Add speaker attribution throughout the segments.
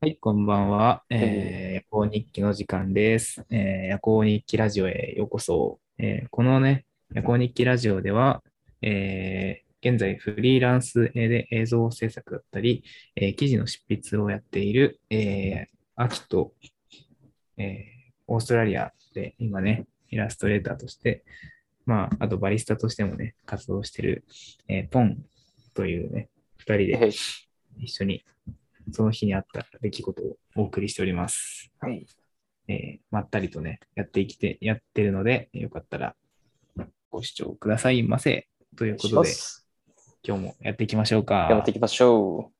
Speaker 1: はい、こんばんは。えー夜行日記の時間です。えー夜行日記ラジオへようこそ。えーこのね、夜行日記ラジオでは、えー現在フリーランスで映像制作だったり、えー記事の執筆をやっている、えー、秋と、えーオーストラリアで今ね、イラストレーターとして、まあ、あとバリスタとしてもね、活動してる、えーポンというね、二人で
Speaker 2: はい。
Speaker 1: 一緒にその日にあった出来事をお送りしております。
Speaker 2: はい。
Speaker 1: えーまったりとね、やっていきて、やってるので、よかったらご視聴くださいませ。ということで、今日もやっていきましょう
Speaker 2: 頑張
Speaker 1: か
Speaker 2: ってい。きましょ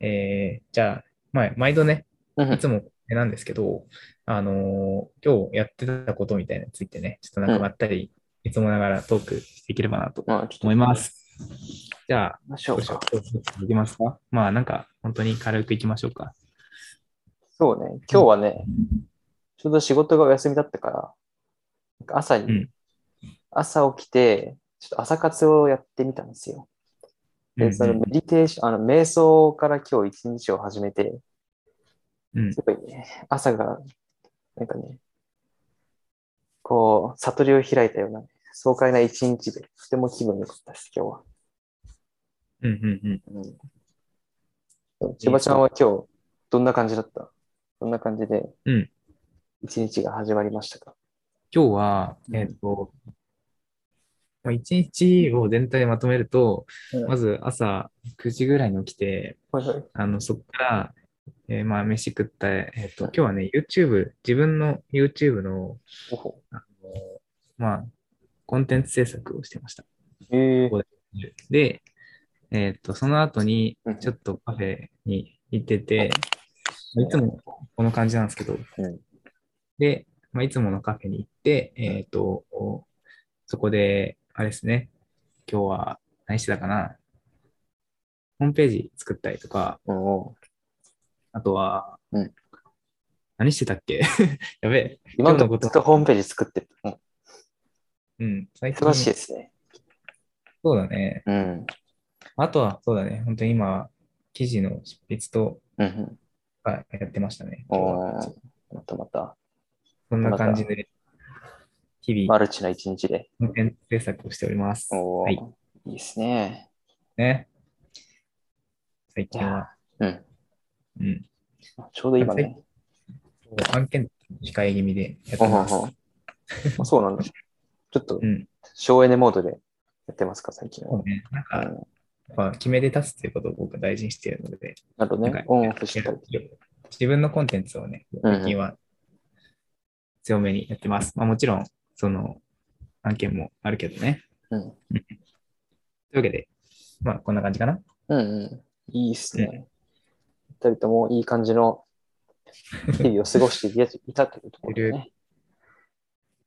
Speaker 1: えーじゃあ、まあ、毎度ね、
Speaker 2: う。うん
Speaker 1: いつもなんですけど、あのー今日やってたことみたいなのについてね、ちょっとなんかまったり、いつもながらトークできればなと
Speaker 2: まあ、ちょっと
Speaker 1: 思います。じゃあ、
Speaker 2: 行きまし
Speaker 1: ど
Speaker 2: ょ
Speaker 1: う
Speaker 2: う
Speaker 1: し
Speaker 2: か
Speaker 1: よ。う。できますかまあ、なんか、本当に軽くいきましょうか。
Speaker 2: そうね。今日はね、ちょうど仕事がお休みだったから、なんか朝に、
Speaker 1: うん
Speaker 2: 朝起きて、ちょっと朝活をやってみたんですよ。
Speaker 1: う
Speaker 2: で、
Speaker 1: ん
Speaker 2: そのメディテーション、あの、瞑想から今日一日を始めて、
Speaker 1: うん
Speaker 2: すごいね、朝が、なんかね、こう、悟りを開いたような、爽快な一日で、とても気分良かったです、今日は。
Speaker 1: うんうんうん。
Speaker 2: うん。千葉ちゃんは今日、どんな感じだったどんな感じで
Speaker 1: うん、
Speaker 2: 一日が始まりましたか、
Speaker 1: 今日は、えっ、と、まあ、一日を全体でまとめると、
Speaker 2: うん
Speaker 1: まず朝9時ぐらいに起きて、
Speaker 2: はいはい。
Speaker 1: あのそこから、えーまあ、飯食った、えっ、と、今日はね、YouTube、自分の YouTube の、
Speaker 2: おほ
Speaker 1: あのまあ、コンテンツ制作をしてました。
Speaker 2: えー
Speaker 1: こで、えっ、と、その後に
Speaker 2: うん、
Speaker 1: ちょっとカフェに行ってて、まあいつもこの感じなんですけど、
Speaker 2: うん
Speaker 1: で、まあ、いつものカフェに行って、えっ、と、そこで、あれですね、今日は何してたかな、ホームページ作ったりとか、
Speaker 2: うん
Speaker 1: あとは、
Speaker 2: うん
Speaker 1: 何してたっけ やべえ、
Speaker 2: 今の
Speaker 1: 今日の
Speaker 2: と
Speaker 1: こと
Speaker 2: ずっとホームページ作ってる。うん
Speaker 1: うん、最近
Speaker 2: 忙しいですね。
Speaker 1: そうだね。
Speaker 2: うん。
Speaker 1: あとは、そうだね、本当に今、記事の執筆と
Speaker 2: うんうん。
Speaker 1: かやってましたね。
Speaker 2: おーまたまた、
Speaker 1: そんな感じで、日々、
Speaker 2: マルチな一日で。
Speaker 1: コンテンツ制作をしております。
Speaker 2: おー
Speaker 1: はい
Speaker 2: い、いですね。
Speaker 1: ね。最近は、
Speaker 2: うん。
Speaker 1: うん。
Speaker 2: ちょうど今ね。
Speaker 1: 案件控え気味でやって
Speaker 2: おほ
Speaker 1: ます。
Speaker 2: ほあそうなんだ。ちょっと
Speaker 1: うん。
Speaker 2: 省エネモードでやってますか、最近
Speaker 1: そ
Speaker 2: は。
Speaker 1: うね。なん
Speaker 2: う
Speaker 1: か、や
Speaker 2: ん
Speaker 1: っぱ決めで立つということを僕は大事にしているので、
Speaker 2: なるほど
Speaker 1: な
Speaker 2: ね
Speaker 1: ん。か
Speaker 2: オンオフしっかり。
Speaker 1: 自分のコンテンツをね、
Speaker 2: うん
Speaker 1: 最近は強めにやってます。まあ、もちろん、その案件もあるけどね。
Speaker 2: うん
Speaker 1: というわけで、まあ、こんな感じかな。
Speaker 2: うんうん。いいっすね。二人ともいい感じの日々を過ごしていけいたというところでね。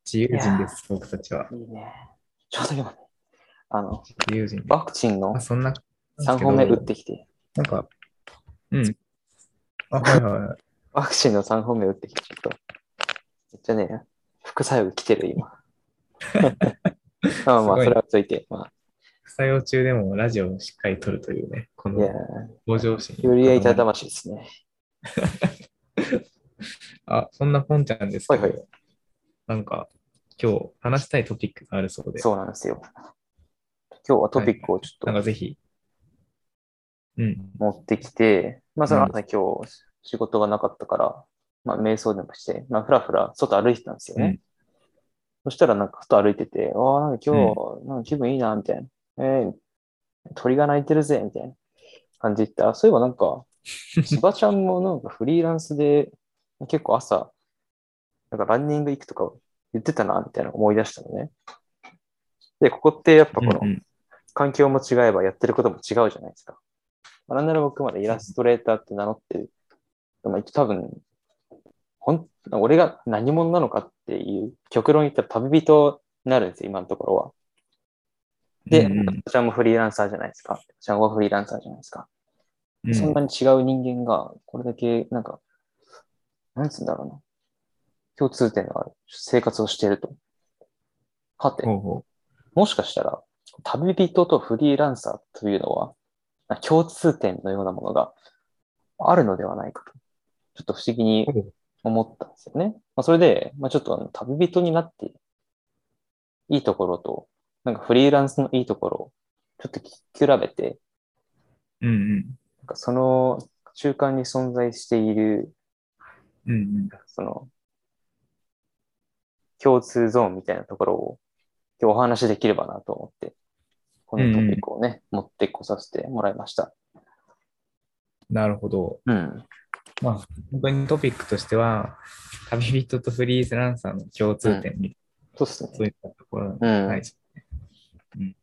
Speaker 1: 自由人です、僕たちは。
Speaker 2: いいね。ちょうど今ね、あの、
Speaker 1: 自由人です。
Speaker 2: ワクチンの
Speaker 1: まあ、そんな、
Speaker 2: 3本目打ってきて、
Speaker 1: なんか、うん。あ、はいはいはい。
Speaker 2: ワクチンの3本目打ってきて、ちょっと、めっちゃね、副作用来てる 今。まあまあ、
Speaker 1: すごいね
Speaker 2: それはついて、ま
Speaker 1: 副作用中でもラジオをしっかり撮るというね、こ
Speaker 2: あ、いや
Speaker 1: の向上心。
Speaker 2: ー、よりやりたい魂ですね。
Speaker 1: あ、そんなポンちゃんですけど、
Speaker 2: はいは
Speaker 1: なんか、今日話したいトピックがあるそうで、
Speaker 2: そうなんですよ。今日はトピックをちょ
Speaker 1: な
Speaker 2: っ
Speaker 1: ん
Speaker 2: と
Speaker 1: かぜひ。うん。
Speaker 2: 持ってきて、まあその
Speaker 1: うん
Speaker 2: 朝今日仕事がなかったから、まあ瞑想でもして、まあふらふら外歩いてたんですよね。そしたらなんか外歩いてて、ああ、なんか今日、なんか気分いいな、みたいな。えー鳥が鳴いてるぜ、みたいな感じで言ったら、そういえばなんか、千葉ちゃんもなんかフリーランスで結構朝、なんかランニング行くとか言ってたな、みたいな思い出したのね。で、ここってやっぱこの
Speaker 1: うんうん
Speaker 2: 環境も違えばやってることも違うじゃないですか。まあなんなら僕までイラストレーターって名乗ってる。まあ、一応多分、ほん、俺が何者なのかっていう極論言ったら旅人になるんですよ、今のところは。で、
Speaker 1: うんうん
Speaker 2: ちゃんもフリーランサーじゃないですか。ちゃんはフリーランサーじゃないですか。
Speaker 1: うん
Speaker 2: そんなに違う人間が、これだけ、なんか、なんつうんだろうな。共通点のある生活をしていると。はて、
Speaker 1: ほうほ
Speaker 2: もしかしたら、旅人とフリーランサーというのは、共通点のようなものがあるのではないかとちょっと不思議に思ったんですよね。まあ、それで、まあ、ちょっとあの旅人になって、いいところと、なんかフリーランスのいいところをちょっと聞き比べて、
Speaker 1: うんうん。
Speaker 2: なんかその中間に存在している、
Speaker 1: うんうん。
Speaker 2: その、共通ゾーンみたいなところを今日お話しできればなと思って、このトピックをね、持ってこさせてもらいました。
Speaker 1: なるほど。
Speaker 2: うん。
Speaker 1: まあ、本当にトピックとしては、旅人とフリーランサーの共通点み
Speaker 2: そうです
Speaker 1: そう
Speaker 2: ね。
Speaker 1: いったところ
Speaker 2: う
Speaker 1: が
Speaker 2: ん。
Speaker 1: ないですね。うん。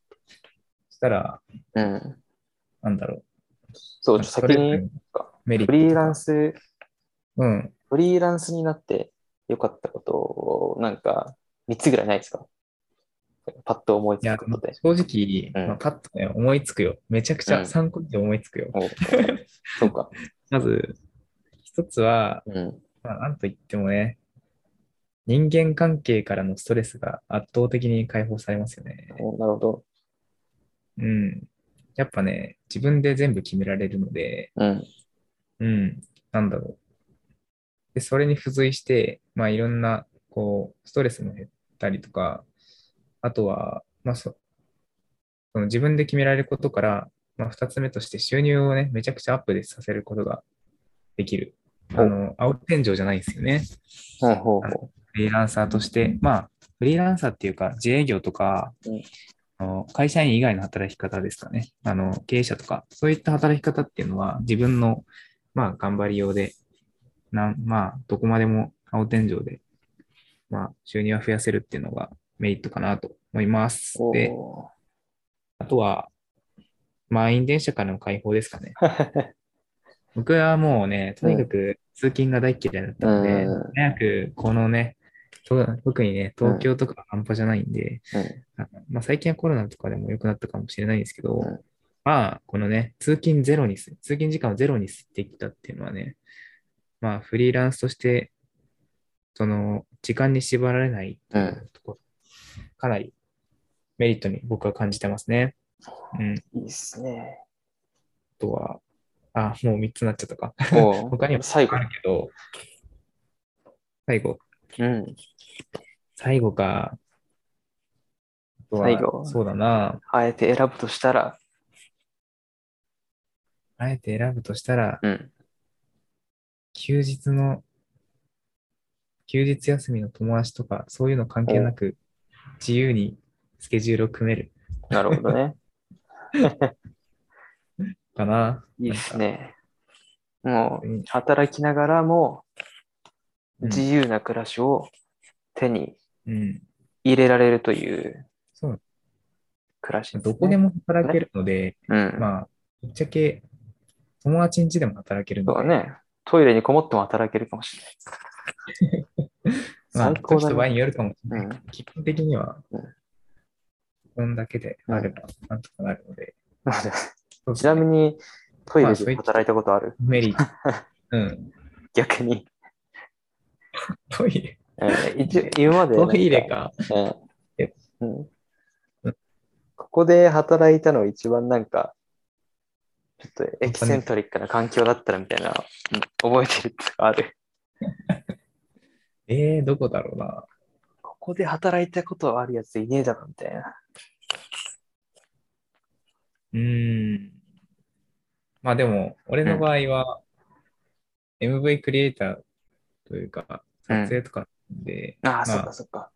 Speaker 1: そしたら、
Speaker 2: うん。
Speaker 1: なんだろ
Speaker 2: そう、
Speaker 1: う。
Speaker 2: ちょっと先
Speaker 1: それぞれ
Speaker 2: に
Speaker 1: のメリッ
Speaker 2: フ
Speaker 1: ト。
Speaker 2: リーランス、
Speaker 1: うん。
Speaker 2: フリーランスになって良かったことを、なんか、3つぐらいないですかパッと思い
Speaker 1: い
Speaker 2: つ
Speaker 1: や、
Speaker 2: くことで。
Speaker 1: 正直、
Speaker 2: うん
Speaker 1: まあ、パッとね、思いつくよ。めちゃくち
Speaker 2: うん
Speaker 1: ゃ参考に思いつくよ。
Speaker 2: おそうか。
Speaker 1: まず、一つは、
Speaker 2: うん。
Speaker 1: まあ、なんといってもね、人間関係からのストレスが圧倒的に解放されますよね。
Speaker 2: おなるほど。
Speaker 1: うん。やっぱね、自分で全部決められるので、
Speaker 2: うん。
Speaker 1: うん、なんだろう。で、それに付随して、まあいろんな、こう、ストレスも減ったりとか、あとは、まあそ、その自分で決められることから、まあ二つ目として収入をね、めちゃくちゃアップでさせることができる。
Speaker 2: お
Speaker 1: あの、青天井じゃないんですよね。
Speaker 2: ほうほうほ
Speaker 1: フリーランサーとして、まあ、フリーランサーっていうか、自営業とか
Speaker 2: うん、
Speaker 1: あの会社員以外の働き方ですかね。あの、経営者とか、そういった働き方っていうのは、自分の、まあ、頑張りようで、なんまあ、どこまでも青天井で、まあ、収入は増やせるっていうのがメリットかなと思います
Speaker 2: う。。お
Speaker 1: で、あとは、満員電車からの解放ですかね。
Speaker 2: ー
Speaker 1: 僕はもうね、とにかく通勤が大嫌いだったので、
Speaker 2: うん
Speaker 1: 早くこのね、と特にね、東京とか半端じゃないんで、
Speaker 2: うん
Speaker 1: あのまあ、最近はコロナとかでも良くなったかもしれないんですけど、
Speaker 2: うん
Speaker 1: まあ、このね、通勤ゼロにす、通勤時間をゼロにしてきたっていうのはね、まあ、フリーランスとして、その、時間に縛られないというところ、かなりメリットに僕は感じてますね。うん。あ
Speaker 2: いいっすね。
Speaker 1: とは、あ、もう3つになっちゃったか。
Speaker 2: お
Speaker 1: 他にも
Speaker 2: 最後
Speaker 1: あ。るけど、最後、
Speaker 2: うん。
Speaker 1: 最後か。あとは
Speaker 2: 最後
Speaker 1: そうだな。
Speaker 2: あえて選ぶとしたら、
Speaker 1: あえて選ぶとしたら、
Speaker 2: うん。
Speaker 1: 休日の、休日休みの友達とか、そういうの関係なく、自由にスケジュールを組める
Speaker 2: なるほどね。
Speaker 1: かな。
Speaker 2: いいっすね。もう、
Speaker 1: うん
Speaker 2: 働きながらも、
Speaker 1: うん
Speaker 2: 自由な暮らしを手に
Speaker 1: うん。
Speaker 2: 入れられるという
Speaker 1: そう。
Speaker 2: 暮らしです、ね。
Speaker 1: どこでも働けるので、
Speaker 2: うん。
Speaker 1: まあ、ぶっちゃけ、友達ん家でも働ける
Speaker 2: そ
Speaker 1: の
Speaker 2: うだ
Speaker 1: で、
Speaker 2: ね。トイレにこもっても働けるかもしれ
Speaker 1: ま
Speaker 2: な
Speaker 1: あ、
Speaker 2: い。最高
Speaker 1: 時
Speaker 2: だ
Speaker 1: と場合
Speaker 2: ね。
Speaker 1: によるかもしれない。
Speaker 2: うん
Speaker 1: 基本的には
Speaker 2: うん、
Speaker 1: こんだけであれば、なんとかなるので。そうで
Speaker 2: ち
Speaker 1: すね
Speaker 2: なみに、トイ
Speaker 1: ま
Speaker 2: レ
Speaker 1: あそうい
Speaker 2: で
Speaker 1: う
Speaker 2: 働いたことあ る
Speaker 1: メリット。うん。
Speaker 2: 逆に。
Speaker 1: トイレ。
Speaker 2: えー一応今までなん
Speaker 1: ト
Speaker 2: か。
Speaker 1: イレか。
Speaker 2: え
Speaker 1: え
Speaker 2: ー。うん
Speaker 1: うん
Speaker 2: ここで働いたの一番なんか、ちょっとエキセントリックな環境だったらみたいな、うん覚えてるってある。
Speaker 1: えー、どこだろうな。
Speaker 2: ここで働いたことあるやついねえだろみたいな。
Speaker 1: うーん。まあでも、俺の場合は、MV クリエイターというか、撮影とかで、
Speaker 2: ああ、
Speaker 1: まあ
Speaker 2: そっかそっか。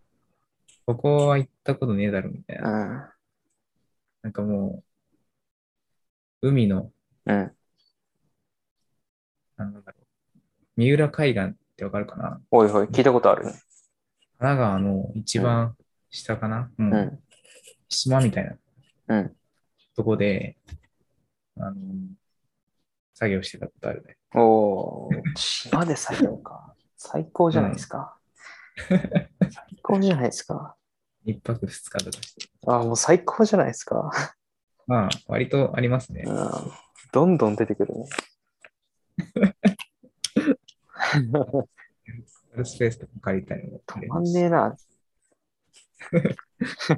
Speaker 1: ここは行ったことねえだろみたいうな。
Speaker 2: ん。
Speaker 1: なんかもう、海の、
Speaker 2: うん。
Speaker 1: なんだろう。三浦海岸ってわかるかな
Speaker 2: おいおい、聞いたことあるね。
Speaker 1: 神奈川の一番下かな、もう
Speaker 2: うん。
Speaker 1: 島みたいな
Speaker 2: うん。
Speaker 1: とこで、あの、作業してたことあるね。
Speaker 2: おー、島で作業か。最高じゃないですか。最高じゃないですか。
Speaker 1: 一泊二日とかして。
Speaker 2: あーもう最高じゃないですか。
Speaker 1: まあ、割とありますね
Speaker 2: う。ん。どんどん出てくるね。
Speaker 1: スペースとか借りたりも。
Speaker 2: 止まんねえな。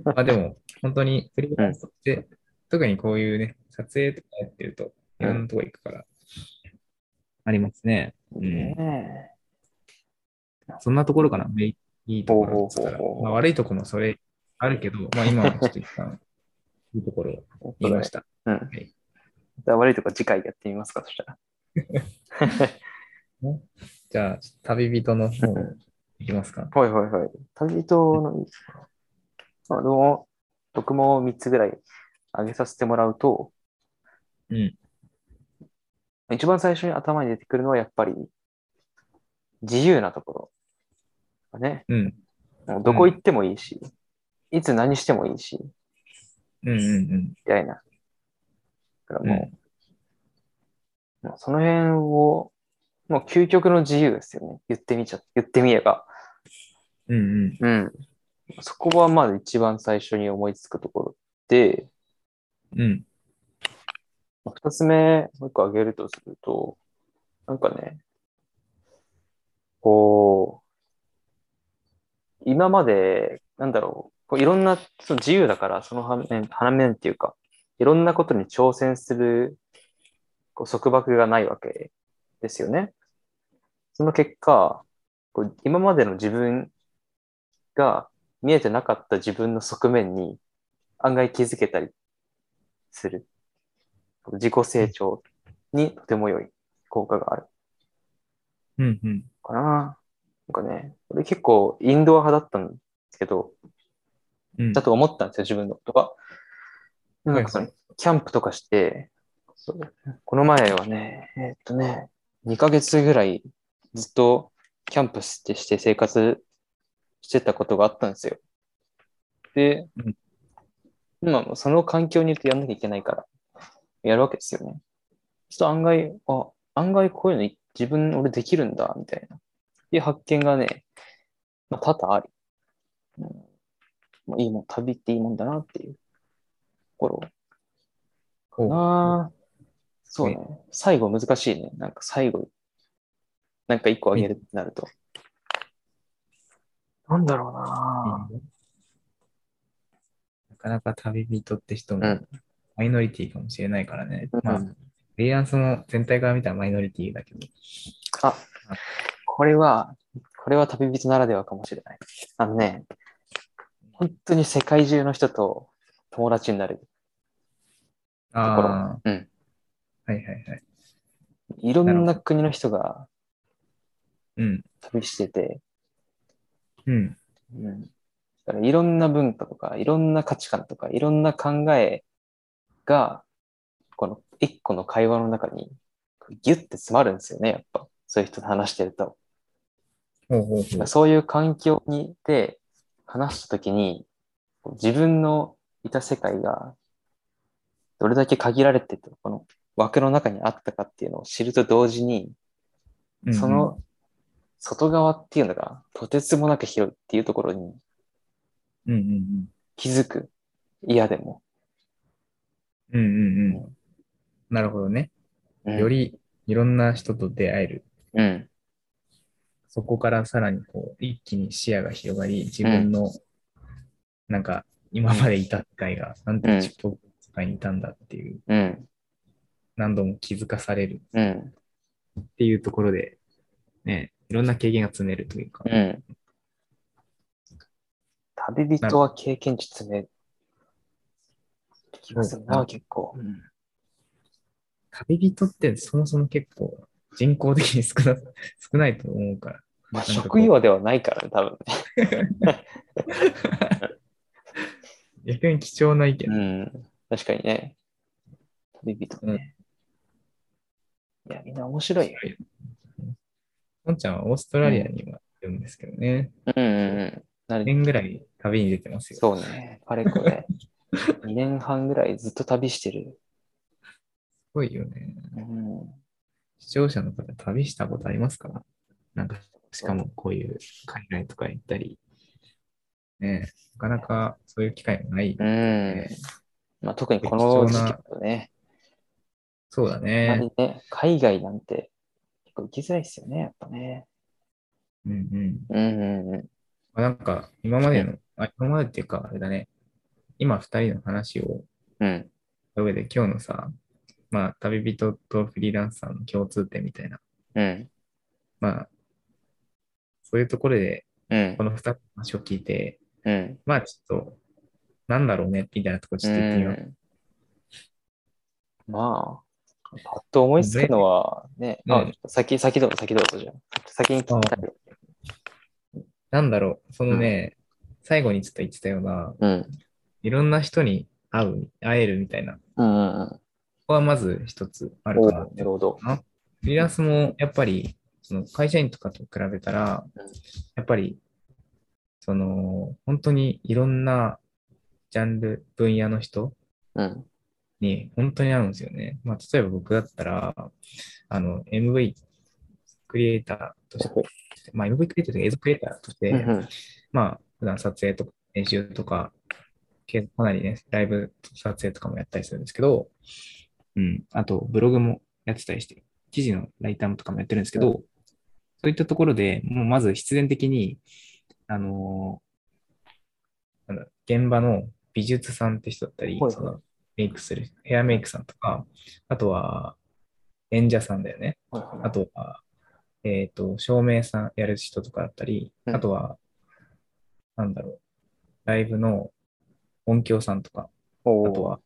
Speaker 1: まあでも、本当にフリーランスとして、特にこういうね、撮影とかやってると、いろんなとこ行くから、ありますね。
Speaker 2: ねえ
Speaker 1: そんなところかな、めいいいところっつったら。
Speaker 2: ほうほうほうほう
Speaker 1: まあ、悪いところもそれあるけど、まあ今はちょっと一旦いいところを
Speaker 2: 本当
Speaker 1: 言い
Speaker 2: だ
Speaker 1: ま
Speaker 2: ね
Speaker 1: した。
Speaker 2: うん。
Speaker 1: い
Speaker 2: じゃあ悪いとこ次回やってみますか、そしたら。
Speaker 1: じゃあ、旅人の方
Speaker 2: うん
Speaker 1: いきますか。
Speaker 2: はいはいはい。旅人の、あの、僕も3つぐらい挙げさせてもらうと、
Speaker 1: うん。
Speaker 2: 一番最初に頭に出てくるのはやっぱり、自由なところ。ね。
Speaker 1: うん。
Speaker 2: もうどこ行ってもいいし、いつ何してもいいし、み
Speaker 1: うんうん
Speaker 2: たいな。だから
Speaker 1: うん。
Speaker 2: もう、もうその辺を、もう究極の自由ですよね。言ってみちゃ、言ってみれば。
Speaker 1: うんうん
Speaker 2: うん。そこはまず一番最初に思いつくところで、
Speaker 1: うん。
Speaker 2: まあ二つ目、もう一個挙げるとすると、なんかね、こう、今まで、なんだろう、こういろんな、その自由だから、その反面、反面っていうか、いろんなことに挑戦する、こう、束縛がないわけですよね。その結果、こう今までの自分が見えてなかった自分の側面に案外気づけたりする。自己成長にとても良い効果がある
Speaker 1: うんうん。
Speaker 2: かな。なんかね、俺結構インドア派だったんですけど、
Speaker 1: うん。
Speaker 2: だと思ったんですよ、自分のことが。でもなんかその、キャンプとかして、そうこの前はね、えーっとね、2ヶ月ぐらいずっとキャンプしてして生活してたことがあったんですよ。で
Speaker 1: うん、
Speaker 2: 今もその環境にいるとやんなきゃいけないから、やるわけですよね。ちょっと案外、あ、案外こういうのい自分俺できるんだ、みたいな。いう発見がね、まあ、多々あり。うんまあ、いいもん、旅っていいもんだなっていうところ
Speaker 1: こう
Speaker 2: な。そうね。最後難しいね。なんか最後、なんか一個あげるってなると。なんだろうな。
Speaker 1: なかなか旅人って人
Speaker 2: う
Speaker 1: も
Speaker 2: ん
Speaker 1: マイノリティかもしれないからね。ま
Speaker 2: う
Speaker 1: あ、
Speaker 2: ん
Speaker 1: フリーランスの全体から見たらマイノリティだけど。
Speaker 2: あ、これは、これは旅人ならではかもしれない。あのね、本当に世界中の人と友達になれる。ところ
Speaker 1: ああ、
Speaker 2: うん
Speaker 1: はいはいはい。
Speaker 2: いろん
Speaker 1: な
Speaker 2: な国の人が
Speaker 1: うん。
Speaker 2: 旅してて、
Speaker 1: うん。
Speaker 2: うん、だからいろんな文化とか、いろんな価値観とか、いろんな考えが、この一個の会話の中にギュッて詰まるんですよね、やっぱ。そういう人と話してると。
Speaker 1: ほうほうほう。
Speaker 2: そういう環境にで話したときに、こう自分のいた世界がどれだけ限られてて、この枠の中にあったかっていうのを知ると同時に、
Speaker 1: うんうん
Speaker 2: そ、の外側っていうのがとてつもなく広いっていうところに
Speaker 1: うんうん
Speaker 2: 気づく。嫌でも。
Speaker 1: うん。うんうんうん。なるほどね。
Speaker 2: うん
Speaker 1: よ、りいろんな人と出会える。
Speaker 2: うん。
Speaker 1: そこからさらにこう、一気に視野が広がり、自分の、なんか、今までいた世界が、なんてちっぽけな世界にいたんだっていう、
Speaker 2: うん。
Speaker 1: 何度も気づかされる
Speaker 2: うん。
Speaker 1: っていうところで、ね、いろんな経験が積めるというか。
Speaker 2: うん。旅人は経験値詰める気がする
Speaker 1: な
Speaker 2: な、
Speaker 1: る
Speaker 2: 結構。うん
Speaker 1: 旅人ってそもそも結構人口的に少な 少ないと思うから。
Speaker 2: ま
Speaker 1: なん
Speaker 2: あ、
Speaker 1: かこう
Speaker 2: 職業ではないからね、多分ね。
Speaker 1: 逆に貴重な意見。
Speaker 2: うん。確かにね。旅人ね。いや、みんな面白いよ。
Speaker 1: ポンちゃんはオーストラリアにはいるんですけどね。
Speaker 2: うんうんうん。な
Speaker 1: 2
Speaker 2: る
Speaker 1: 年ぐらい旅に出てますよ。
Speaker 2: そうね。あれこ れ。2年半ぐらいずっと旅してる。
Speaker 1: すごいよね。
Speaker 2: うん。
Speaker 1: 視聴者の方、旅したことありますかなんか、しかもこういう海外とか行ったり。ねなかなかそういう機会もない。
Speaker 2: うん。まあ、特にこの時期だとね。
Speaker 1: そうだ
Speaker 2: あま
Speaker 1: ね。
Speaker 2: りね、海外なんて結構行きづらいですよね、やっぱね。
Speaker 1: うんうん。
Speaker 2: うんうんう
Speaker 1: まあなんか、今までの、あ今までっていうか、あれだね。今二人の話を
Speaker 2: ん。うん。
Speaker 1: 上で今日のさ、まあ、旅人とフリーランサーの共通点みたいな
Speaker 2: うん。
Speaker 1: まあ、そういうところで、
Speaker 2: うん
Speaker 1: こ。の2つの話を聞いて、
Speaker 2: うん。
Speaker 1: まあ、ちょっと、なんだろうね、みたいなとこちょっと言ってみよう。
Speaker 2: うんまあ、パッと思いつくのは、ね、
Speaker 1: ね
Speaker 2: あ、先、先どうぞ、先どうぞ、じゃあ。先に聞きたい。
Speaker 1: なんだろう、そのね、最後にちょっと言ってたような、
Speaker 2: うん。
Speaker 1: いろんな人に会う、会えるみたいな、こ
Speaker 2: うんうんうん。
Speaker 1: こはまず一つあるか
Speaker 2: おう
Speaker 1: な
Speaker 2: な
Speaker 1: って
Speaker 2: るほど。
Speaker 1: フリーランスもやっぱり、その会社員とかと比べたら
Speaker 2: うん、
Speaker 1: やっぱり、その、本当にいろんなジャンル、分野の人
Speaker 2: うん。
Speaker 1: に本当に合うんですよね。まあ、例えば僕だったら、あの、MV クリエイターとして、まあ、MV クリエイターというか映像クリエイターとして、
Speaker 2: うんうん
Speaker 1: まあ、普段撮影とか編集とか、けかなりね、ライブ撮影とかもやったりするんですけど、うん、あとブログもやってたりして、記事のライターとかもやってるんですけど、そういったところでもうまず必然的に、あのーなんだ現場の美術さんって人だったり、
Speaker 2: はいはい
Speaker 1: そのメイクする、ヘアメイクさんとか、あとは演者さんだよね。
Speaker 2: はいは
Speaker 1: あ
Speaker 2: い
Speaker 1: とは、えっ、と、照明さんやる人とかだったり、
Speaker 2: うん
Speaker 1: あとは、なんだろう、ライブの音響さんとか、
Speaker 2: お
Speaker 1: あ
Speaker 2: う
Speaker 1: とは、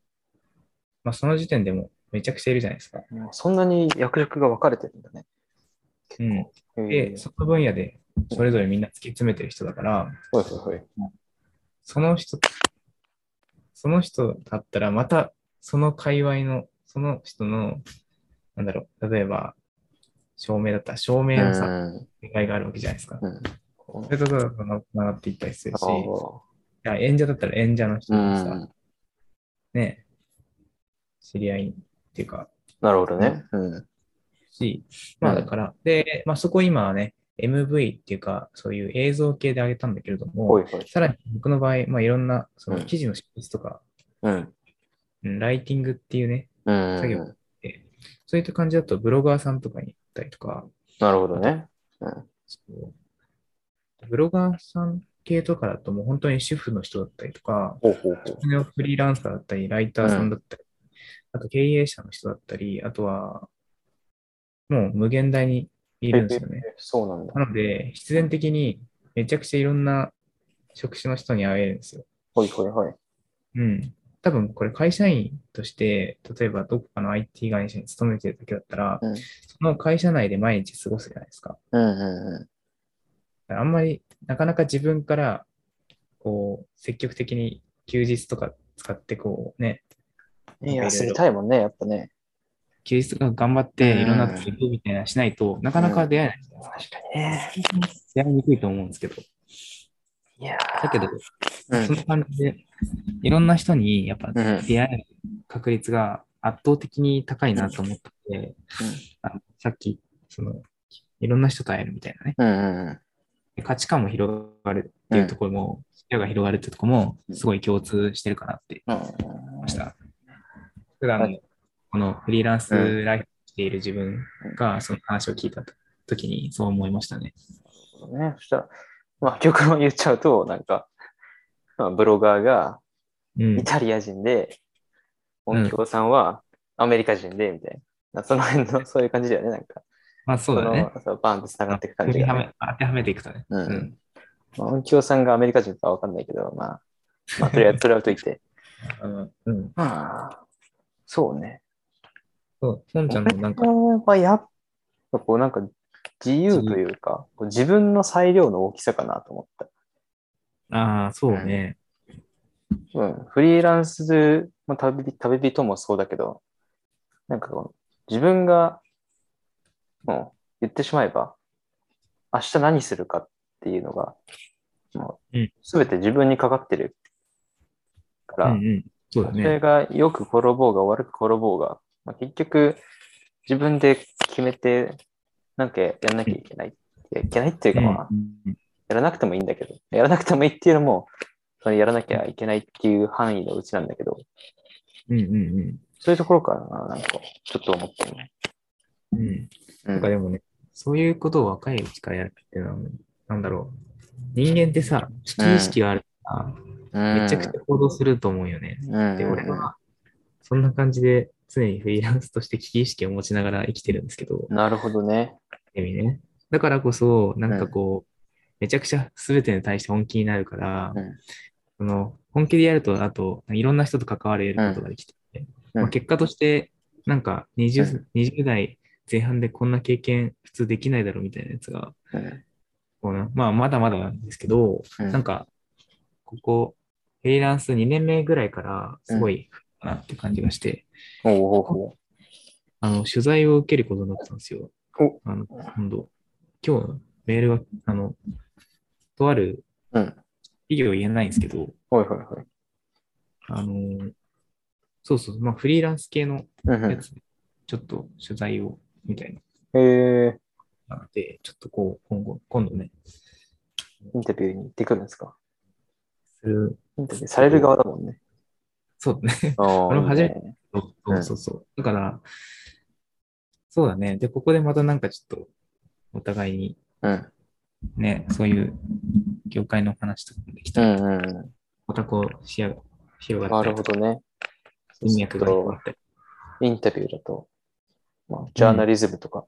Speaker 1: まあ、その時点でもめちゃくちゃいるじゃないですか。
Speaker 2: うんそんなに役職が分かれてるんだね。
Speaker 1: うん、
Speaker 2: へえ
Speaker 1: で、その分野でそれぞれみんな突き詰めてる人だから、
Speaker 2: はいはいはい。
Speaker 1: その人、その人だったら、またその界隈の、その人の、なんだろう、例えば、照明だったら、照明のさ、願いがあるわけじゃないですか。
Speaker 2: うん。うん
Speaker 1: そういうところがつながっていったりするし、
Speaker 2: あー
Speaker 1: いや演者だったら演者の人
Speaker 2: う
Speaker 1: にさ、
Speaker 2: ん。
Speaker 1: ね、知り合いっていうか、
Speaker 2: なるほどね。うん。
Speaker 1: し、まあだから、で、まあそこ今はね、MV っていうか、そういう映像系であげたんだけれど
Speaker 2: ほ
Speaker 1: も、
Speaker 2: いほい。
Speaker 1: さらに僕の場合、まあいろんな、そ
Speaker 2: うん
Speaker 1: の記事の執筆とか、
Speaker 2: うん。
Speaker 1: うんライティングっていうね、
Speaker 2: うん。
Speaker 1: 作業そういった感じだとブロガーさんとかに行ったりとか、
Speaker 2: なるほどね。
Speaker 1: そうブロガーさん系とかだともう本当に主婦の人だったりとか、
Speaker 2: ほうほうほう。
Speaker 1: そのフリーランサーだったり、ライターさんだったり、あと経営者の人だったり、あとは、もう無限大にいるんですよね。
Speaker 2: えそうなんだ。
Speaker 1: なので、必然的にめちゃくちゃいろんな職種の人に会えるんですよ。
Speaker 2: ほいほいほい。
Speaker 1: うん。多分これ会社員として、例えばどこかの IT 会社に勤めてる時だったら、
Speaker 2: うん
Speaker 1: その会社内で毎日過ごすじゃないですか。
Speaker 2: うんうんう
Speaker 1: あんまりなかなか自分からこう積極的に休日とか使ってこうね、
Speaker 2: ん。ね休みたいもんね、やっぱね。
Speaker 1: 休日とか頑張っていろんなこと行くみたいなのしないとなかなか出会えないじゃないですか。
Speaker 2: 確かにね。
Speaker 1: 出会いにくいと思うんですけど。
Speaker 2: いや
Speaker 1: だけど、
Speaker 2: ー
Speaker 1: その感じでいろんな人にやっぱ
Speaker 2: うん。うん。
Speaker 1: 出会える確率が圧倒的に高いなと思ってて、あのさっき、その、いろんな人と会えるみたいなね。
Speaker 2: うんうんうん。
Speaker 1: 価値観も広がるっていうところも、視野が広がるっていうところも、すごい共通してるかなって
Speaker 2: うん
Speaker 1: 思いました。普段の、
Speaker 2: は
Speaker 1: このフリーランスライフをしている自分が、その話を聞いた時にそう思いましたね。
Speaker 2: ね。そしたら、まあ、曲も言っちゃうと、なんか、まあブロガーが
Speaker 1: うん
Speaker 2: イ、タリア人で、
Speaker 1: うん
Speaker 2: 音響さんはアメリカ人で、みたいな。その辺の、そういう感じだよね、なんか。
Speaker 1: まあそうだね。
Speaker 2: そのそうバーンと繋がっていく感
Speaker 1: 当
Speaker 2: じ
Speaker 1: て
Speaker 2: が
Speaker 1: は
Speaker 2: ね。
Speaker 1: め当てはめていくとね。
Speaker 2: う。
Speaker 1: うん
Speaker 2: まあ音響さんがアメリカ人かわかんないけど、まあ、まあ、とりあえず、それはと いて。
Speaker 1: んうん。
Speaker 2: まあ、そうね。
Speaker 1: そう、ポンちゃんのなんか、
Speaker 2: これはやっぱこうなんか自由というか、こう自分の裁量の大きさかなと思っ
Speaker 1: ああ、そうね。
Speaker 2: た。うん。フリーランス、まあ、旅人旅人もそうだけど、なんかこう自分が、もう言ってしまえば、明日何するかっていうのが、もう
Speaker 1: うん
Speaker 2: 全て自分にかかってるか
Speaker 1: う
Speaker 2: ら、
Speaker 1: んうん。そうだ
Speaker 2: それ
Speaker 1: ね。
Speaker 2: が良く転ぼうが悪く転ぼうが、まあ、結局自分で決めてなんかやらなきゃいけない。いやいけないっていうか、まあ、
Speaker 1: うん
Speaker 2: やらなくてもいいんだけど、やらなくてもいいっていうのも、そのやらなきゃいけないっていう範囲のうちなんだけど、
Speaker 1: うんうん
Speaker 2: そういうところからな、なんか、ちょっと思ってるね。
Speaker 1: うん。うん。
Speaker 2: う
Speaker 1: なんかでもね、そういうことを若いうちからやるっていうのは、なんだろう。人間ってさ、危機意識があるから、めちゃくちゃ行動すると思うよね。
Speaker 2: ゃ
Speaker 1: で、俺は、そんな感じで、常にフリーランスとして危機意識を持ちながら生きてるんですけど、
Speaker 2: なるほどね。
Speaker 1: 意味ね。だからこそ、なんかこう、めちゃくちゃ全てに対して本気になるから、
Speaker 2: うん
Speaker 1: その本気でやると、あと、いろんな人と関われることができて、
Speaker 2: うん
Speaker 1: まあ、結果として、なんか 20,、20代前半でこんな経験普通できないだろうみたいなやつが、
Speaker 2: うん
Speaker 1: こうなまあ、まだまだなんですけど、
Speaker 2: うん
Speaker 1: なんか、ここ、フリーランス2年目ぐらいから、すごい、なって感じがして、
Speaker 2: おうおうおう
Speaker 1: あの、取材を受けることになったんですよ。
Speaker 2: お
Speaker 1: あの、今度、今日メールが、あの、とある
Speaker 2: うん
Speaker 1: 企業言えないんですけど、
Speaker 2: はいはいはい。
Speaker 1: あの、そうそう、まあ、フリーランス系の
Speaker 2: うんう
Speaker 1: や
Speaker 2: ん
Speaker 1: つ、ちょっと取材を、みたいな
Speaker 2: えー、
Speaker 1: のがあって、ちょっとこう、今後、今度ね、
Speaker 2: インタビューに行ってくるんですか
Speaker 1: する、
Speaker 2: インタビューされる側だもんね。
Speaker 1: そうね、
Speaker 2: あ
Speaker 1: 俺も初めて
Speaker 2: て。
Speaker 1: そう
Speaker 2: う
Speaker 1: そうんそうそう。だから、そうだね。で、ここでまたなんかちょっと、お互いに
Speaker 2: うん。
Speaker 1: ね、そういう業界の話とかもでき
Speaker 2: う
Speaker 1: たら、
Speaker 2: んうんう
Speaker 1: またこう、視野が広
Speaker 2: ん。
Speaker 1: がっ
Speaker 2: な
Speaker 1: た
Speaker 2: る
Speaker 1: り
Speaker 2: ほ
Speaker 1: とか、
Speaker 2: どね。
Speaker 1: 文脈が
Speaker 2: ちょ
Speaker 1: 広
Speaker 2: っと
Speaker 1: がったり。
Speaker 2: インタビューだと、まあ、ジャーナリズムとか、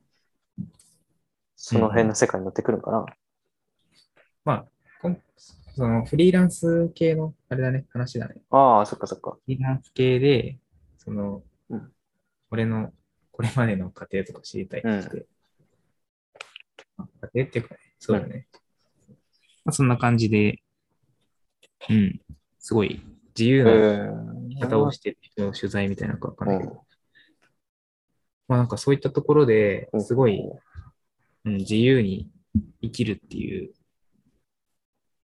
Speaker 2: その辺の世界に乗ってくるのかな。
Speaker 1: まあ、こんそのフリーランス系の、あれだね、話だね。
Speaker 2: ああ、そっかそっか。
Speaker 1: フリーランス系で、その、
Speaker 2: うん
Speaker 1: 俺の、これまでの過程とか知りたいって言って、あ過程っていうかね、そうだね。まあ、そんな感じで、うん、すごい自由な
Speaker 2: うん。
Speaker 1: 方をしてる人の取材みたいなのかわかん
Speaker 2: う
Speaker 1: ない
Speaker 2: ん
Speaker 1: けど、まあなんかそういったところで
Speaker 2: うん
Speaker 1: すごい、うん、自由に生きるっていう、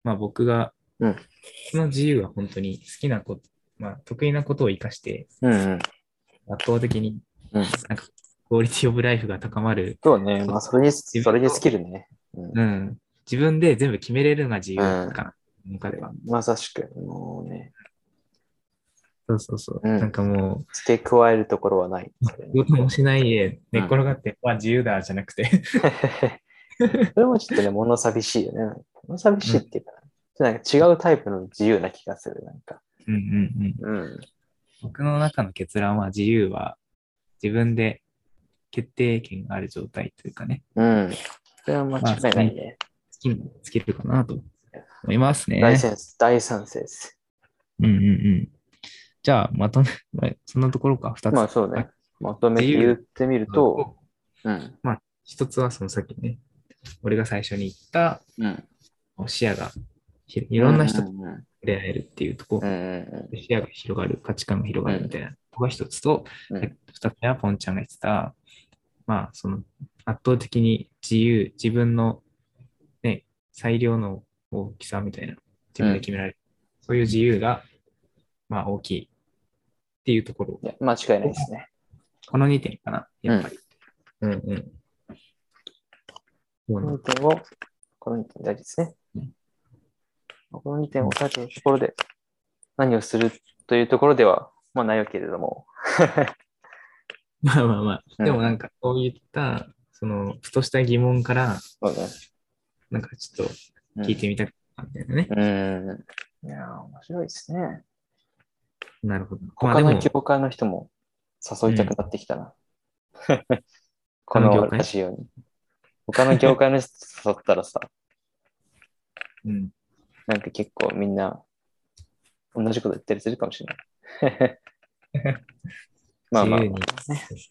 Speaker 1: まあ僕が、
Speaker 2: うん
Speaker 1: その自由は本当に好きなこと、まあ得意なことを生かして、
Speaker 2: うんうん。
Speaker 1: 圧倒的に
Speaker 2: うん。
Speaker 1: なんかクオリティオブライフが高まる、
Speaker 2: そうね。まあ、それに、それに尽きるね。うん
Speaker 1: うん、自分で全部決めれるのが自由
Speaker 2: うん
Speaker 1: かな、の中では。
Speaker 2: まさしく、もうね、
Speaker 1: そうそうそう。
Speaker 2: うん
Speaker 1: なんかもう、
Speaker 2: 付け加えるところは ない。それ
Speaker 1: 仕事もしないで寝っ転がって、まあ自由だじゃなくて、
Speaker 2: それもちょっとね、物寂しいよね。物寂しいっていうか、なんか違うタイプの自由な気がする。なんか。
Speaker 1: うんうんうん。
Speaker 2: うん。
Speaker 1: 僕の中の結論は自由は自分で決定権がある状態というかね、
Speaker 2: うん。それは間違いないね。
Speaker 1: 好きにつけるかなと思いますね。
Speaker 2: 大賛成、大賛成です。
Speaker 1: うんうんうん。じゃあ、まとめ、まあそんなところか、二つ。
Speaker 2: まあそうね。まとめて
Speaker 1: 自由
Speaker 2: 言ってみると、うん。
Speaker 1: 一つはそのさっきね、俺が最初に言った
Speaker 2: うん。
Speaker 1: 視野がひ、い
Speaker 2: い
Speaker 1: ろんな人
Speaker 2: う
Speaker 1: と
Speaker 2: んうん
Speaker 1: 触れ合えるっていうとこ
Speaker 2: う
Speaker 1: ろ、
Speaker 2: ん。
Speaker 1: 視野が広がる、価値観が広がるみたいなのが一つと、
Speaker 2: うん
Speaker 1: で二つ目はポンちゃんが言ってた、まあ、その圧倒的に自由、自分の、ね、最良の大きさみたいな、自分で決められる。そういう自由が、まあ、大きいっていうところ。
Speaker 2: いや、間違いないですね。
Speaker 1: この2点かな、やっぱり。うん、うん、そう
Speaker 2: こ
Speaker 1: ね
Speaker 2: の2点を、この2点大事ですね
Speaker 1: うん。
Speaker 2: この2点を押さえたところで、何をするというところでは、まあないけれども、
Speaker 1: まあまあま
Speaker 2: う
Speaker 1: あ。
Speaker 2: ん
Speaker 1: でもなんか、こういった、その、ふとした疑問から、
Speaker 2: そうね。
Speaker 1: なんかちょっ
Speaker 2: う
Speaker 1: と
Speaker 2: ん
Speaker 1: 聞いてみたかったんだよね。
Speaker 2: うん。いやー、面白いですね。
Speaker 1: なるほど。まあ
Speaker 2: 他
Speaker 1: で
Speaker 2: の
Speaker 1: も、
Speaker 2: 業界の人も誘いたくなってきたな。 こ
Speaker 1: 他の
Speaker 2: の
Speaker 1: 業界
Speaker 2: ラジオに。他の業界の人誘ったらさ、
Speaker 1: うん。
Speaker 2: なんか結構みんな同じこと言ったりするかもしれ ない。まあまあ
Speaker 1: 自由に。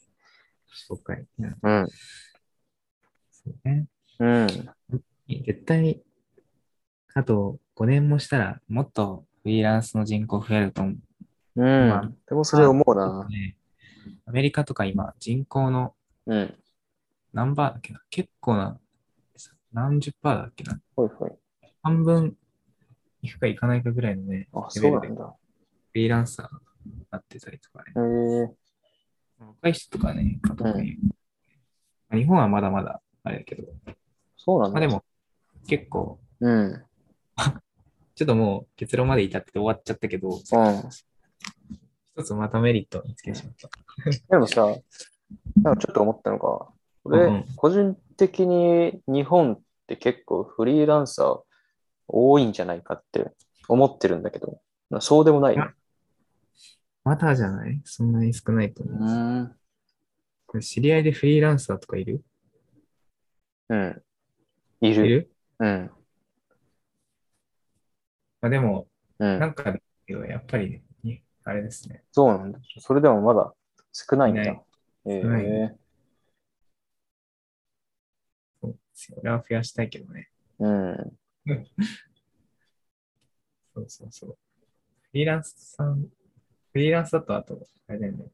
Speaker 1: 紹介。うん
Speaker 2: うん。
Speaker 1: そうね。
Speaker 2: うん。
Speaker 1: 絶対、あと5年もしたら、もっとフリーランスの人口増えると思う。
Speaker 2: うん。
Speaker 1: まあ
Speaker 2: でもそれ思うな。
Speaker 1: ねアメリカとか今、人口の
Speaker 2: うん。
Speaker 1: 何パーだっけな結構な、何十パーだっけな
Speaker 2: ほいほい。
Speaker 1: 半分いくかいかないかぐらいのね、
Speaker 2: あ、
Speaker 1: レ
Speaker 2: そ
Speaker 1: ベ
Speaker 2: う
Speaker 1: ル
Speaker 2: な
Speaker 1: で
Speaker 2: んだ。
Speaker 1: フリーランサーになってたりとかね。
Speaker 2: へえ
Speaker 1: 若い人とかね、特に、まあ日本はまだまだあれだけど、
Speaker 2: そうなん
Speaker 1: ま
Speaker 2: だ。
Speaker 1: あで。も結構、
Speaker 2: うん。うん。
Speaker 1: ちょっともう結論まで至って終わっちゃったけど、一つまたメリットを見つけてしまった。
Speaker 2: でもさ、なんかちょっと思ったのが、俺、
Speaker 1: うん
Speaker 2: 個人的に日本って結構フリーランサー多いんじゃないかって思ってるんだけど、まあそうでもない。
Speaker 1: うまだじゃないそんなに少ないと思う。
Speaker 2: ん。
Speaker 1: これ知り合いでフリーランサーとかいる
Speaker 2: うん。い
Speaker 1: い
Speaker 2: る。
Speaker 1: る
Speaker 2: うん。
Speaker 1: まあ、でも、
Speaker 2: う。
Speaker 1: なんんか、やっぱり、ね、あれですね。
Speaker 2: そうなんだ。それでもまだ少ないんだ。
Speaker 1: いない
Speaker 2: ええ
Speaker 1: 少ないそうですよ。俺は増やしたいけどね。
Speaker 2: うん。
Speaker 1: そうそうそう。フリーランスさん、フリーランスだと、あと、あれだよね。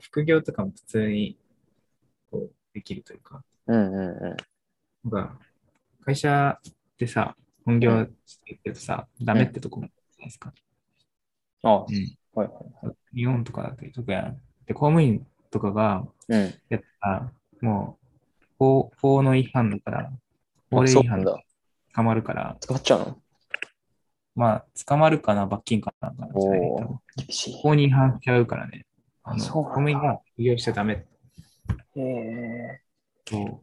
Speaker 1: 副業とかも普通に、こう、できるというか。
Speaker 2: うんうんうん。
Speaker 1: なんか、会社でさ、本業してるとさ、ダメってとこもあるじゃないですか。
Speaker 2: あ、
Speaker 1: うん
Speaker 2: はい
Speaker 1: 日本とかだと特にあるで、公務員とかが
Speaker 2: うん。
Speaker 1: やったら、もう法、法の違反だから、法
Speaker 2: あ
Speaker 1: 令
Speaker 2: そう
Speaker 1: 違
Speaker 2: な
Speaker 1: 反
Speaker 2: ん
Speaker 1: で
Speaker 2: だ。
Speaker 1: 捕まるから、
Speaker 2: 使っちゃうの
Speaker 1: まあ、捕まるかな、罰金かなんかなんじゃない
Speaker 2: おー
Speaker 1: 多分
Speaker 2: 厳しい。
Speaker 1: 法に違反しちゃうからね。あの
Speaker 2: そ
Speaker 1: 公
Speaker 2: う
Speaker 1: 務
Speaker 2: なんだ
Speaker 1: 員が副業しちゃダメ
Speaker 2: へえ。
Speaker 1: そう。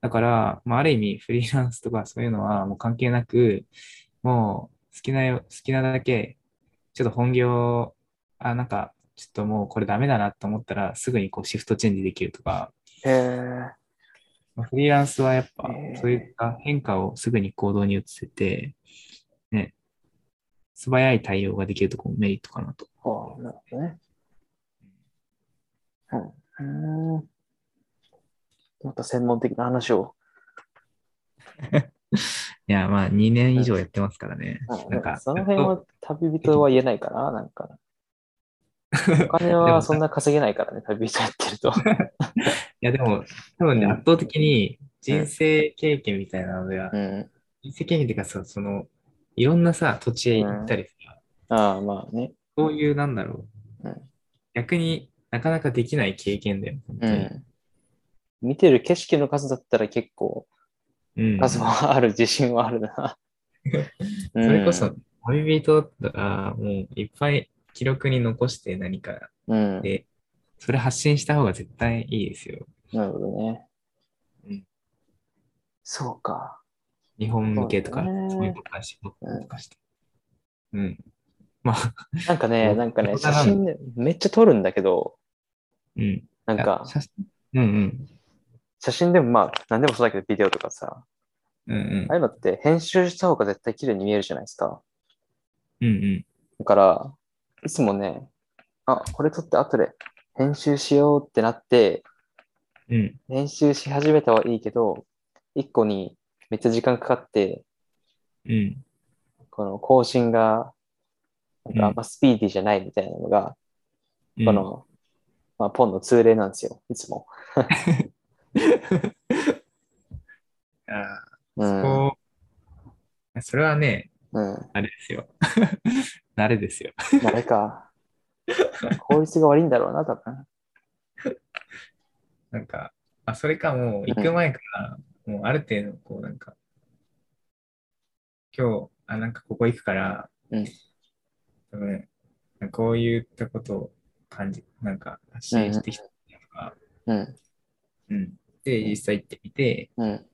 Speaker 1: だから、まあ、ある意味、フリーランスとかそういうのはもう関係なく、もう好きなよ、好きなだけ、ちょっと本業、あ、なんか、ちょっともうこれダメだなと思ったら、すぐにこうシフトチェンジできるとか、
Speaker 2: へえ。
Speaker 1: まあフリーランスはやっぱ
Speaker 2: えー、
Speaker 1: そういった変化をすぐに行動に移せて、ね、素早い対応ができるとこもメリットかなと。
Speaker 2: ああ、なるほどね。うん。うんまた専門的な話を。
Speaker 1: いや、まあ、2年以上やってますからね。
Speaker 2: う、
Speaker 1: なんんか、
Speaker 2: その辺は旅人は言えないかな、なん か。お金
Speaker 1: でも
Speaker 2: は
Speaker 1: さ
Speaker 2: そんな稼げないからね、旅人やって ると。
Speaker 1: いや、でも、多分ね、
Speaker 2: うん
Speaker 1: 圧倒的に人生経験みたいなのでは、
Speaker 2: うん。
Speaker 1: 人生経験っていうかさ、その、いろんなさ、土地へ行ったりさ、
Speaker 2: ああ、まあね。
Speaker 1: そういう、なんだろう、
Speaker 2: うん
Speaker 1: 逆になかなかできない経験だよ、本当
Speaker 2: う
Speaker 1: に。
Speaker 2: ん。見てる景色の数だったら結構、
Speaker 1: うん
Speaker 2: 数
Speaker 1: そ
Speaker 2: はある、自信はあ るな。うん
Speaker 1: れこそ、、恋人だったら、もういっぱい記録に残して何か
Speaker 2: うん。
Speaker 1: で、それ発信した方が絶対いいですよ。
Speaker 2: なるほどね。
Speaker 1: うん
Speaker 2: そうか。
Speaker 1: 日本向けとか、
Speaker 2: そうだね
Speaker 1: そういうことかし、とかして。うん。まあ、
Speaker 2: なん かね、なんかね、
Speaker 1: 大人
Speaker 2: 写
Speaker 1: なの
Speaker 2: 真ね、めっちゃ撮るんだけど、
Speaker 1: うん。
Speaker 2: なんか
Speaker 1: いや、写真うん
Speaker 2: 写真でもまあ、何でもそうだけど、ビデオとかさ、
Speaker 1: うん。うんうん
Speaker 2: ああ。いうのって編集した方が絶対綺麗に見えるじゃないですか。
Speaker 1: うんうん。
Speaker 2: だから、いつもね、あ、これ撮って後で編集しようってなって、
Speaker 1: うん。
Speaker 2: 編集し始めたはいいけど、一個にめっちゃ時間かかって、
Speaker 1: うん。
Speaker 2: この更新が、なんかあんまスピーディーじゃないみたいなのが、
Speaker 1: うん
Speaker 2: この、まあ、ポンの通例なんですよ、いつも。
Speaker 1: あ
Speaker 2: う
Speaker 1: ー
Speaker 2: ん。
Speaker 1: こう、それはね、
Speaker 2: うん。
Speaker 1: あれですよ。 慣れですよ。
Speaker 2: 誰か。効率が悪いんだろうな、多分。
Speaker 1: なんか、あ、それかもう、行く前から、もうある程度、こう、なんか、今日、あ、なんかここ行くから、
Speaker 2: うん
Speaker 1: 多分、なんかこういったことを感じ、なんか、発信してきたりとか、
Speaker 2: うん。
Speaker 1: うん。で、実際行ってみて、
Speaker 2: うん。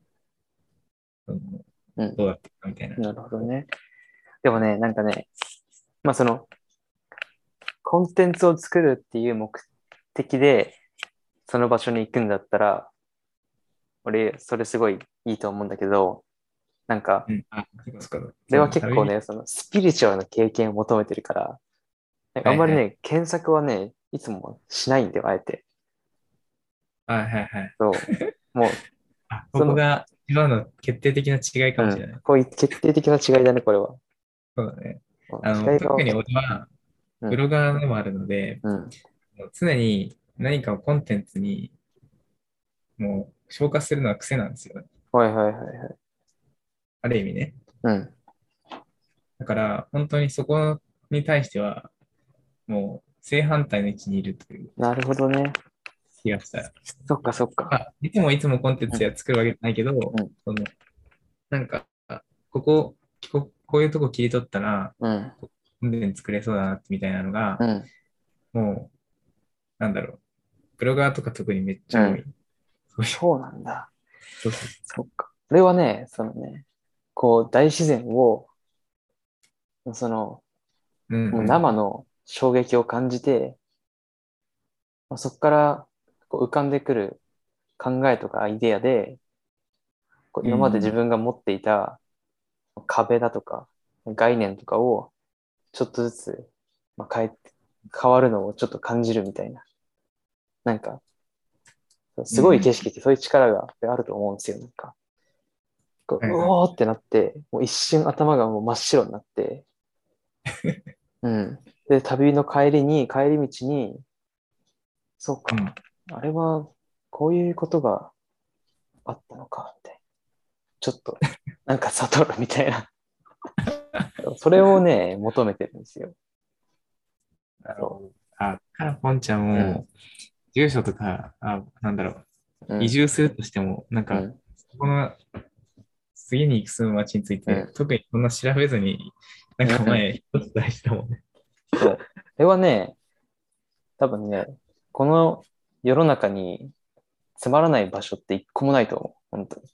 Speaker 1: その
Speaker 2: うん
Speaker 1: どうだったかみたいな。
Speaker 2: なるほどね。でもね、なんかね、まあその、コンテンツを作るっていう目的で、その場所に行くんだったら、俺、それすごいいいと思うんだけど、なんか、
Speaker 1: うん。あ、そっかそっか。
Speaker 2: それは結構
Speaker 1: 旅
Speaker 2: ね、そのスピリチュアルな経験を求めてるから、なんかあんまりね、
Speaker 1: は
Speaker 2: 検索はね、いつもしないんだよ、あえて。
Speaker 1: はいはいはい。
Speaker 2: そう。もう、
Speaker 1: あ、ここが、今の決定的な違いかもしれない。
Speaker 2: うん、こういう決定的な違いだね、これは。
Speaker 1: そうだね。
Speaker 2: うん
Speaker 1: あ
Speaker 2: 違
Speaker 1: の、
Speaker 2: いが
Speaker 1: 特に俺は、
Speaker 2: うん
Speaker 1: ブロガーでもあるので、
Speaker 2: うん。
Speaker 1: 常に何かをコンテンツに、もう、消化するのは癖なんですよ。
Speaker 2: はいはいはいはい。
Speaker 1: ある意味ね。
Speaker 2: うん。
Speaker 1: だから、本当にそこに対しては、もう、正反対の位置にいるという
Speaker 2: なるほどね。
Speaker 1: 気がした。
Speaker 2: そっかそっ
Speaker 1: ま
Speaker 2: か。
Speaker 1: あ、いつもいつもコンテンツや作るわけじゃないけど、
Speaker 2: ん
Speaker 1: そのなんか、ここ、ここういうとこ切り取ったら、
Speaker 2: うん。
Speaker 1: コンテンツ作れそうだな、みたいなのが
Speaker 2: う、ん。
Speaker 1: もう、なんだろう。ブロガーとか特にめっちゃ多い。
Speaker 2: そうなんだ。
Speaker 1: そうそう
Speaker 2: そっか。俺はね、そのね、こう、大自然を、その、
Speaker 1: うん
Speaker 2: もう生の衝撃を感じて、まあ、そこからこう浮かんでくる考えとかアイデアで、ここう今まで自分が持っていた壁だとか、概念とかを、ちょっとずつ、まあ、変え、変わるのをちょっと感じるみたいな。なんか、すごい景色ってそういう力があると思うんですよ。なんか、こ
Speaker 1: は
Speaker 2: う
Speaker 1: いうはい
Speaker 2: おーってなって、もう一瞬頭がもう真っ白にな って、うん。で、旅の帰りに、帰り道に、そうか、
Speaker 1: うん
Speaker 2: あれは、こういうことがあったのか、みたいな。ちょっと、 なんか悟るみたいな。それをね、求めてるんですよ。
Speaker 1: なるほど。あ、だからポンちゃんも、住所とか、あ、なんだろ
Speaker 2: う
Speaker 1: う、
Speaker 2: ん
Speaker 1: 移住するとしても、なん
Speaker 2: う
Speaker 1: か、
Speaker 2: ん
Speaker 1: そこの、次に住む町について
Speaker 2: う、
Speaker 1: 特にそんな調べずに、なんか前、一つ大事だもんね。
Speaker 2: そう。これはね、多分ね、この世の中につまらない場所って一個もないと思う。本当に。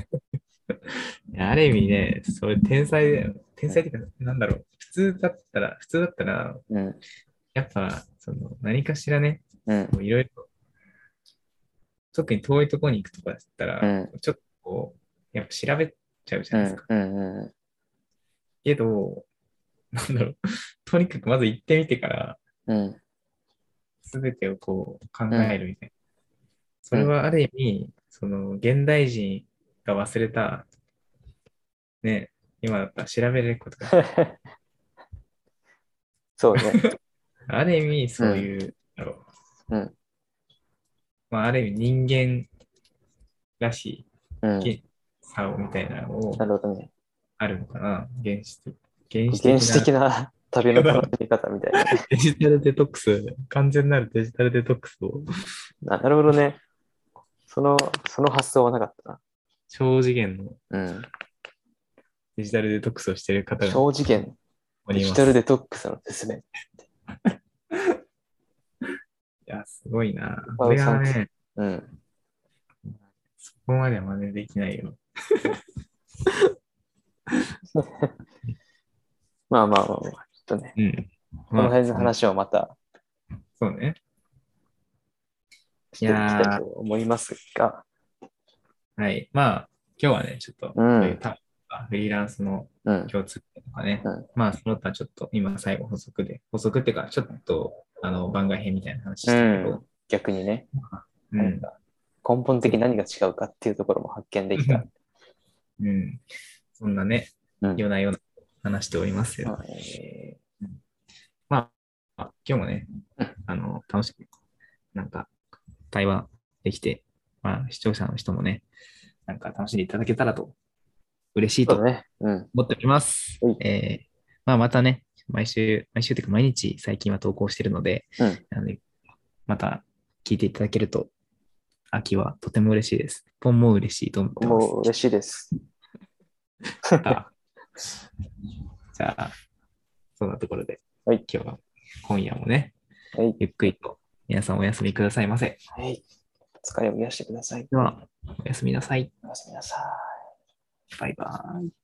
Speaker 1: いやある意味ね、それ天才だよ。天才っていうか、なんだろう、普通だったら、普通だったら、
Speaker 2: うん。
Speaker 1: やっぱ、その、何かしらね、
Speaker 2: うん。
Speaker 1: こういろいろ、特に遠いところに行くとかだったら、
Speaker 2: うん。
Speaker 1: ちょっとこう、やっぱ調べちゃうじゃ
Speaker 2: う
Speaker 1: ないですか。。
Speaker 2: んうん。う
Speaker 1: けど、なんだろう、 とにかくまず行ってみてから、
Speaker 2: ん。うん。
Speaker 1: すべてをこう考えるみたいな。それはある意味、その、現代人が忘れた、ね、今だったら調べれることが
Speaker 2: そうね。
Speaker 1: ある意味、そういう、だろう。
Speaker 2: うん
Speaker 1: まあ、ある意味、人間らし
Speaker 2: うん。
Speaker 1: いさをみたいなのを
Speaker 2: な、るほどね。
Speaker 1: あるのかな。原始的。原始的な
Speaker 2: 原始的な旅の楽しみ方みたいな。
Speaker 1: デジタルデトックス、完全なるデジタルデトックスを、
Speaker 2: ななるほどね。その、その発想はなかった
Speaker 1: 超次元の
Speaker 2: な。
Speaker 1: デジタルデトックスをしている
Speaker 2: う
Speaker 1: 方
Speaker 2: ん。
Speaker 1: がこ
Speaker 2: 超次元、
Speaker 1: こに
Speaker 2: デ
Speaker 1: い
Speaker 2: ジ
Speaker 1: ま
Speaker 2: タ
Speaker 1: す。
Speaker 2: ル
Speaker 1: い
Speaker 2: デトックスの説明。
Speaker 1: や、すごいな。
Speaker 2: あ
Speaker 1: 俺はね、
Speaker 2: うん。
Speaker 1: そこまでは真似できないよ。
Speaker 2: まあまあまあまあ、ちょっとね、
Speaker 1: うん。
Speaker 2: この辺の
Speaker 1: まあ
Speaker 2: 話をまた
Speaker 1: そうね。
Speaker 2: していきたいと思いますが、
Speaker 1: はい。まあ、今日はね、ちょっと、
Speaker 2: うん
Speaker 1: そういうタフリーランスの
Speaker 2: うん。
Speaker 1: 共通点とかね、
Speaker 2: うん
Speaker 1: まあその他ちょっと今最後補足で、補足っていうかちょっとあの番外編みたいな話したけど、
Speaker 2: 逆にね、
Speaker 1: うん、
Speaker 2: なんか根本的に何が違うかっていうところも発見できた。
Speaker 1: うん、そんなね、
Speaker 2: うん
Speaker 1: ようなような話しておりますよ。
Speaker 2: はい
Speaker 1: まあ、あ今日もね
Speaker 2: うん、
Speaker 1: あの、楽しく、なんか、対話できて、まあ視聴者の人もね、なんか楽しんでいただけたらと、嬉しい
Speaker 2: そ
Speaker 1: と
Speaker 2: うだね。うん。
Speaker 1: 思っております。
Speaker 2: はい
Speaker 1: えーまあ、またね、毎週、毎週というか毎日最近は投稿してるので、
Speaker 2: うん
Speaker 1: なのでまた聞いていただけると、秋はとても嬉しいです。ポンも嬉しいと思ってます
Speaker 2: も。う嬉しいです。
Speaker 1: あじゃあ、そんなところで、
Speaker 2: はい
Speaker 1: 今日は、今夜もね、
Speaker 2: はい。
Speaker 1: ゆっくりと皆さんお休みくださいませ。
Speaker 2: はい。疲れを癒してください。
Speaker 1: では、おやすみなさい。
Speaker 2: おやすみなさい。
Speaker 1: バイバイ。